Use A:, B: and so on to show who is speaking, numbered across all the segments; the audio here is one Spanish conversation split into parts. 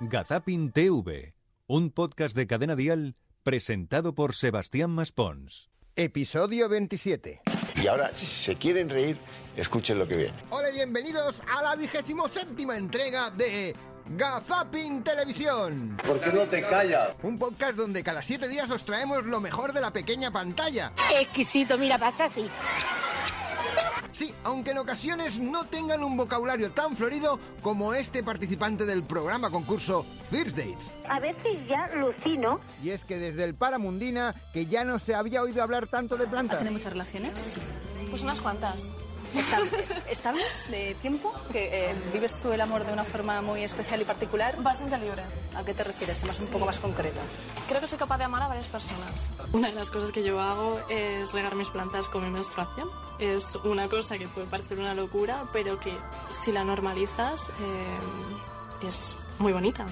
A: Gazapin TV, un podcast de Cadena Dial presentado por Sebastián Maspons.
B: Episodio 27.
C: Y ahora, si se quieren reír, escuchen lo que viene.
B: Hola y bienvenidos a la vigésimo séptima entrega de Gazapin Televisión.
D: ¿Por qué no te callas?
B: Un podcast donde cada siete días os traemos lo mejor de la pequeña pantalla.
E: Qué exquisito, mira, pasa así.
B: Sí, aunque en ocasiones no tengan un vocabulario tan florido como este participante del programa concurso First Dates.
E: A veces ya lucino.
B: Y es que desde el Paramundina, que ya no se había oído hablar tanto de plantas.
F: ¿Tiene muchas relaciones?
G: Pues unas cuantas.
F: Estab- ¿Estables de tiempo? ¿Que eh, vives tú el amor de una forma muy especial y particular?
G: Bastante libre.
F: ¿A qué te refieres? Más un poco más concreto.
G: Creo que soy capaz de amar a varias personas.
H: Una de las cosas que yo hago es regar mis plantas con mi menstruación. Es una cosa que puede parecer una locura, pero que si la normalizas eh, es muy bonita.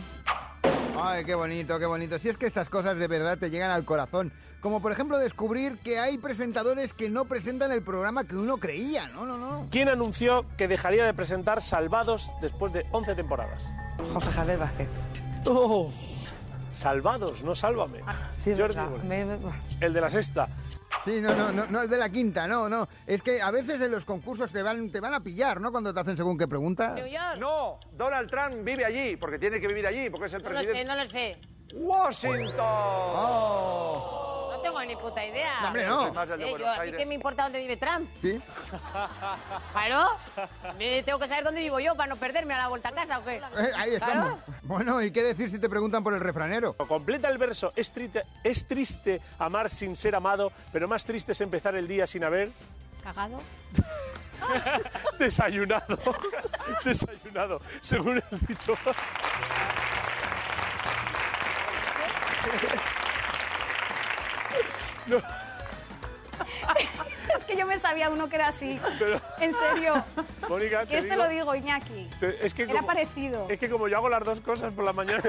B: Ay, qué bonito, qué bonito. Si es que estas cosas de verdad te llegan al corazón. Como por ejemplo descubrir que hay presentadores que no presentan el programa que uno creía. No, no, no.
I: ¿Quién anunció que dejaría de presentar Salvados después de 11 temporadas? Oh,
J: José Javier Vázquez.
I: Salvados, no sálvame.
J: Ah, Sí, es
I: Jordi
J: verdad.
I: Évole.
J: Me- me-
I: El de la sexta.
B: Sí, no, no, no, no es de la quinta, no, no. Es que a veces en los concursos te van, te van a pillar, ¿no? Cuando te hacen según qué preguntas.
G: New York.
D: No, Donald Trump vive allí, porque tiene que vivir allí, porque es el
G: No lo sé,
D: presidente.
G: no lo sé.
D: Washington.
G: No tengo ni puta idea.
B: No, hombre,
D: Yo soy
B: no.
D: más del de
G: Oh. Eh, yo,
D: Buenos
G: ¿A mí
D: Aires.
G: qué me importa dónde vive Trump?
B: Sí. Eh,
G: Claro. Me tengo que saber dónde vivo yo para no perderme a la vuelta a casa o qué.
B: Eh, ahí estamos.
G: Claro.
B: Bueno, ¿y qué decir si te preguntan por el refranero?
I: Completa el verso. Es, trite- es triste amar sin ser amado, pero más triste es empezar el día sin haber
G: Cagado.
I: desayunado. desayunado, según el dicho.
F: Es que yo me sabía uno que era así.
I: Pero,
F: En serio.
I: Mónica, te
F: ¿Quieres te
I: digo-
F: este lo digo, Iñaki?
I: te- es que
F: Era
I: como-
F: parecido.
I: Es que como yo hago las dos cosas por la mañana,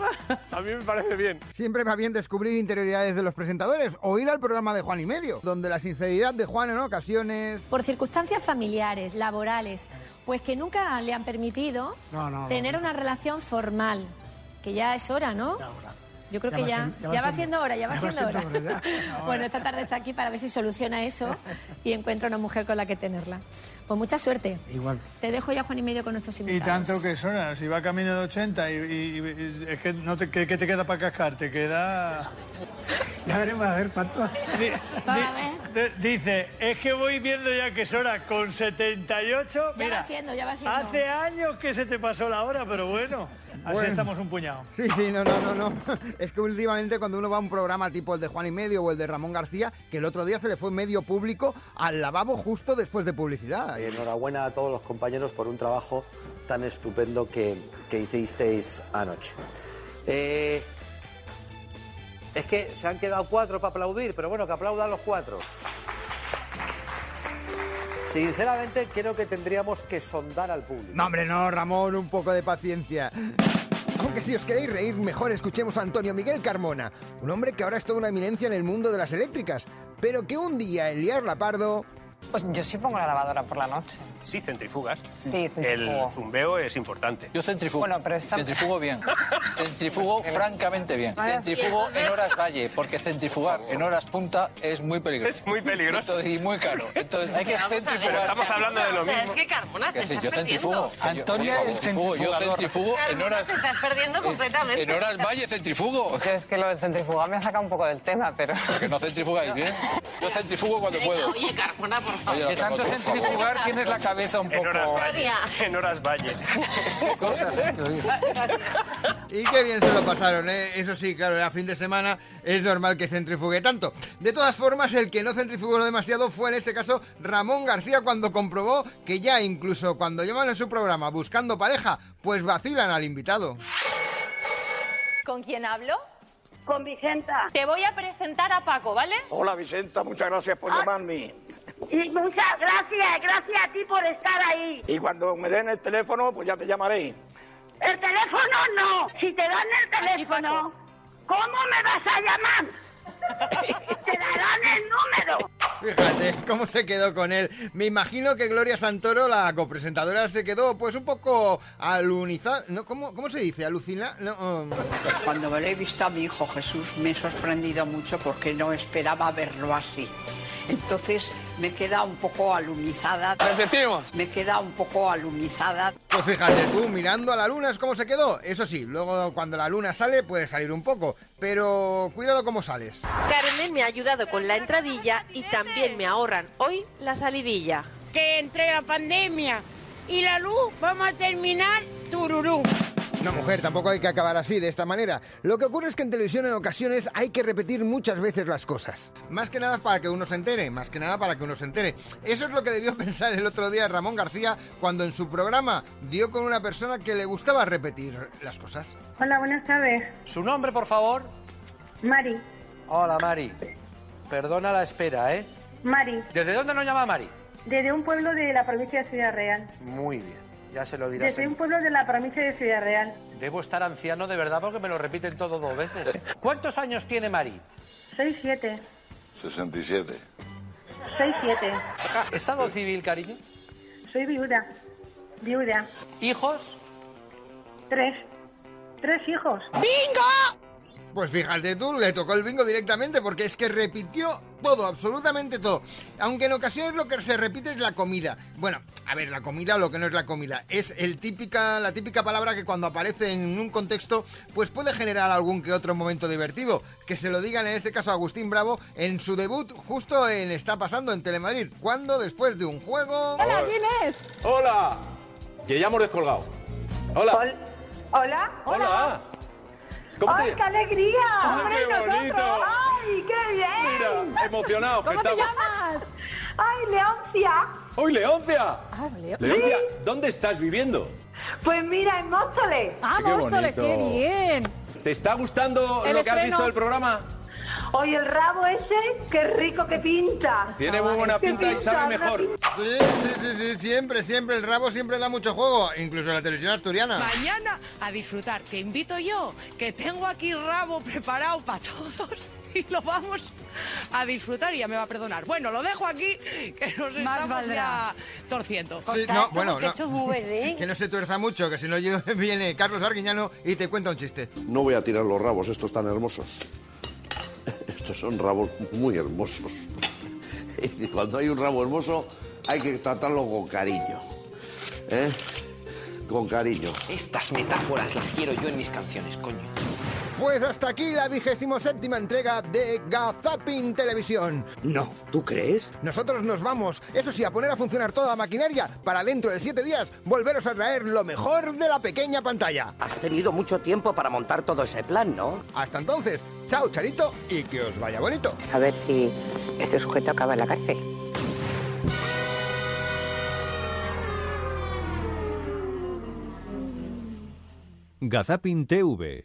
I: a mí me parece bien.
B: Siempre va bien descubrir interioridades de los presentadores o ir al programa de Juan y Medio, donde la sinceridad de Juan en ocasiones...
K: por circunstancias familiares, laborales, pues que nunca le han permitido
B: No, no, no.
K: tener una relación formal, que ya es hora, ¿no? Yo creo
B: Ya
K: que
B: va
K: ya,
B: siendo-
K: ya, va siendo hora, ya va siendo, hora.
B: ya. Ahora.
K: bueno, esta tarde está aquí para ver si soluciona eso y encuentra una mujer con la que tenerla. Pues mucha suerte.
B: Igual.
K: Te dejo ya Juan y medio con nuestros
L: Y
K: invitados.
L: tanto que suena, si va camino de 80 y, y- y- es que no te, ¿qué, qué te queda para cascar? Te queda... Ya veremos a ver cuánto...
K: Va, a ver.
L: dice, es que voy viendo ya que es hora, con 78,
K: Ya
L: mira,
K: va siendo, ya va siendo.
L: hace años que se te pasó la hora, pero bueno, así
B: Bueno.
L: estamos un puñado.
B: Sí, sí, no, no, no, no. Es que últimamente cuando uno va a un programa tipo el de Juan y Medio o el de Ramón García, que el otro día se le fue medio público al lavabo justo después de publicidad.
M: Enhorabuena a todos los compañeros por un trabajo tan estupendo que, que hicisteis anoche. Eh, es que se han quedado cuatro para aplaudir, pero bueno, que aplaudan los cuatro. Sinceramente, creo que tendríamos que sondar al público.
B: No, hombre, no, Ramón, un poco de paciencia. Aunque si os queréis reír, mejor escuchemos a Antonio Miguel Carmona, un hombre que ahora es toda una eminencia en el mundo de las eléctricas, pero que un día Eliar Lapardo...
J: Pues yo sí pongo la lavadora por la noche.
I: Sí, centrifugas.
J: Sí, centrifugo.
I: zumbeo es importante.
M: Yo centrifugo.
J: Bueno, pero esta-
M: Centrifugo bien. Centrifugo francamente bien.
J: Ahora sí,
M: Centrifugo en horas valle, porque centrifugar en horas punta es muy peligroso.
I: Es muy peligroso.
M: Entonces, y muy caro. Entonces hay que centrifugar.
I: estamos hablando de lo
G: O sea,
I: mismo.
G: es que Carmona
M: ¿Qué
G: te
M: decir?
G: estás
M: Yo centrifugo.
G: perdiendo.
M: Antonio centrifugo. Yo centrifugo en
G: Carmona,
M: horas...
G: te estás perdiendo completamente.
M: En horas valle centrifugo.
J: Yo es que lo del centrifugar me saca un poco del tema, pero...
M: Que no centrifugáis bien. ¿eh? Yo centrifugo cuando puedo.
G: Oye, Carmona, por favor.
M: Oye, la tengo, por favor.
J: tienes la cabeza un
I: En horas valle.
G: Gloria.
I: En horas valle.
B: Y qué bien se lo pasaron, ¿eh? Eso sí, claro, era fin de semana, es normal que centrifugue tanto. De todas formas, el que no centrifugó demasiado fue en este caso Ramón García cuando comprobó que ya incluso cuando llaman en su programa buscando pareja, pues vacilan al invitado.
E: ¿Con quién hablo?
F: Con Vicenta.
E: Te voy a presentar a Paco, ¿vale?
D: Hola, Vicenta, muchas gracias por llamarme.
F: Y muchas gracias, gracias a ti por estar ahí.
D: Y cuando me den el teléfono, pues ya te llamaré.
F: El teléfono no. Si te dan el teléfono, ¿cómo me vas a llamar?
B: ¡Te darán el número! Fíjate cómo se quedó con él. Me imagino que Gloria Santoro, la copresentadora, se quedó pues un poco alunizada. ¿No? ¿Cómo, ¿Cómo se dice? ¿Alucina? No, um.
N: Cuando lo he visto a mi hijo Jesús me he sorprendido mucho porque no esperaba verlo así. Entonces me queda un poco alumizada. Repetimos. Me queda un poco alumizada.
B: Pues fíjate tú, mirando a la luna es como se quedó. Eso sí, luego cuando la luna sale puede salir un poco. Pero cuidado cómo sales.
O: Carmen me ha ayudado con la entradilla y también me ahorran hoy la salidilla.
P: que entre la pandemia y la luz vamos a terminar tururú.
B: No, mujer, tampoco hay que acabar así, de esta manera. Lo que ocurre es que en televisión en ocasiones hay que repetir muchas veces las cosas. Más que nada para que uno se entere, más que nada para que uno se entere. Eso es lo que debió pensar el otro día Ramón García cuando en su programa dio con una persona que le gustaba repetir las cosas.
Q: Hola, buenas tardes.
M: Su nombre, por favor.
Q: Mari,
M: Hola, Mari. Perdona la espera, ¿eh?
Q: Mari,
M: ¿Desde dónde nos llama Mari?
Q: desde un pueblo de la provincia de Ciudad Real.
M: Muy bien, ya se lo dirás.
Q: Desde
M: en-
Q: un pueblo de la provincia de Ciudad Real.
M: Debo estar anciano de verdad porque me lo repiten todo dos veces. ¿Cuántos años tiene Mari?
Q: Soy siete,
C: 67.
Q: soy siete.
M: ¿Estado civil, cariño?
Q: Soy viuda, viuda.
M: ¿Hijos?
Q: Tres, tres hijos.
B: ¡Bingo! Pues fíjate tú, le tocó el bingo directamente porque es que repitió todo, absolutamente todo. Aunque en ocasiones lo que se repite es la comida. Bueno, a ver, la comida o lo que no es la comida. Es el típica, la típica palabra que cuando aparece en un contexto, pues puede generar algún que otro momento divertido. Que se lo digan en este caso a Agustín Bravo en su debut justo en Está pasando en Telemadrid. Cuando después de un juego...
P: es?
D: ¡Hola! Que ya hemos descolgado. Hola.
P: Hola.
D: Hola. ¿Cómo
P: ¡Ay,
D: te-
P: qué alegría!
D: ¡Hombre, qué nosotros! bonito!
P: ¡Ay, qué bien!
D: Mira, emocionados que
P: ¿Cómo te
D: estamos.
P: llamas? ¡Ay, Leoncia!
D: ¡Uy, Leoncia!
P: Leo-
D: Leoncia, ¿dónde estás viviendo?
P: Pues mira, en Móstoles. ¡Ah,
D: Qué Móstoles, qué bonito.
P: bien!
D: ¿Te está gustando
P: El
D: lo que has
P: estreno.
D: visto del programa?
P: Oye, el rabo ese, qué rico que pinta.
D: Tiene muy buena
P: Qué
D: pinta y sabe
P: una
D: mejor.
P: pinta.
B: Sí, sí, sí, sí, siempre, siempre. El rabo siempre da mucho juego, incluso en la televisión asturiana.
R: Mañana a disfrutar, que invito yo, que tengo aquí rabo preparado para todos y lo vamos a disfrutar y ya me va a perdonar. Bueno, lo dejo aquí, que nos estamos
G: valdrá.
R: ya torciendo.
B: Sí, no, bueno, no. Que no se tuerza mucho, que si no yo- viene Carlos Arguiñano y te cuenta un chiste.
C: No voy a tirar los rabos, estos tan hermosos. Estos son rabos muy hermosos. Y cuando hay un rabo hermoso, hay que tratarlo con cariño. ¿Eh? Con cariño.
S: Estas metáforas las quiero yo en mis canciones, coño.
B: Pues hasta aquí la vigésimo séptima entrega de Gazapin Televisión.
T: No, ¿tú crees?
B: Nosotros nos vamos, eso sí, a poner a funcionar toda la maquinaria para dentro de siete días volveros a traer lo mejor de la pequeña pantalla.
T: Has tenido mucho tiempo para montar todo ese plan, ¿no?
B: Hasta entonces, chao Charito y que os vaya bonito.
U: A ver si este sujeto acaba en la cárcel.
A: Gazapin TV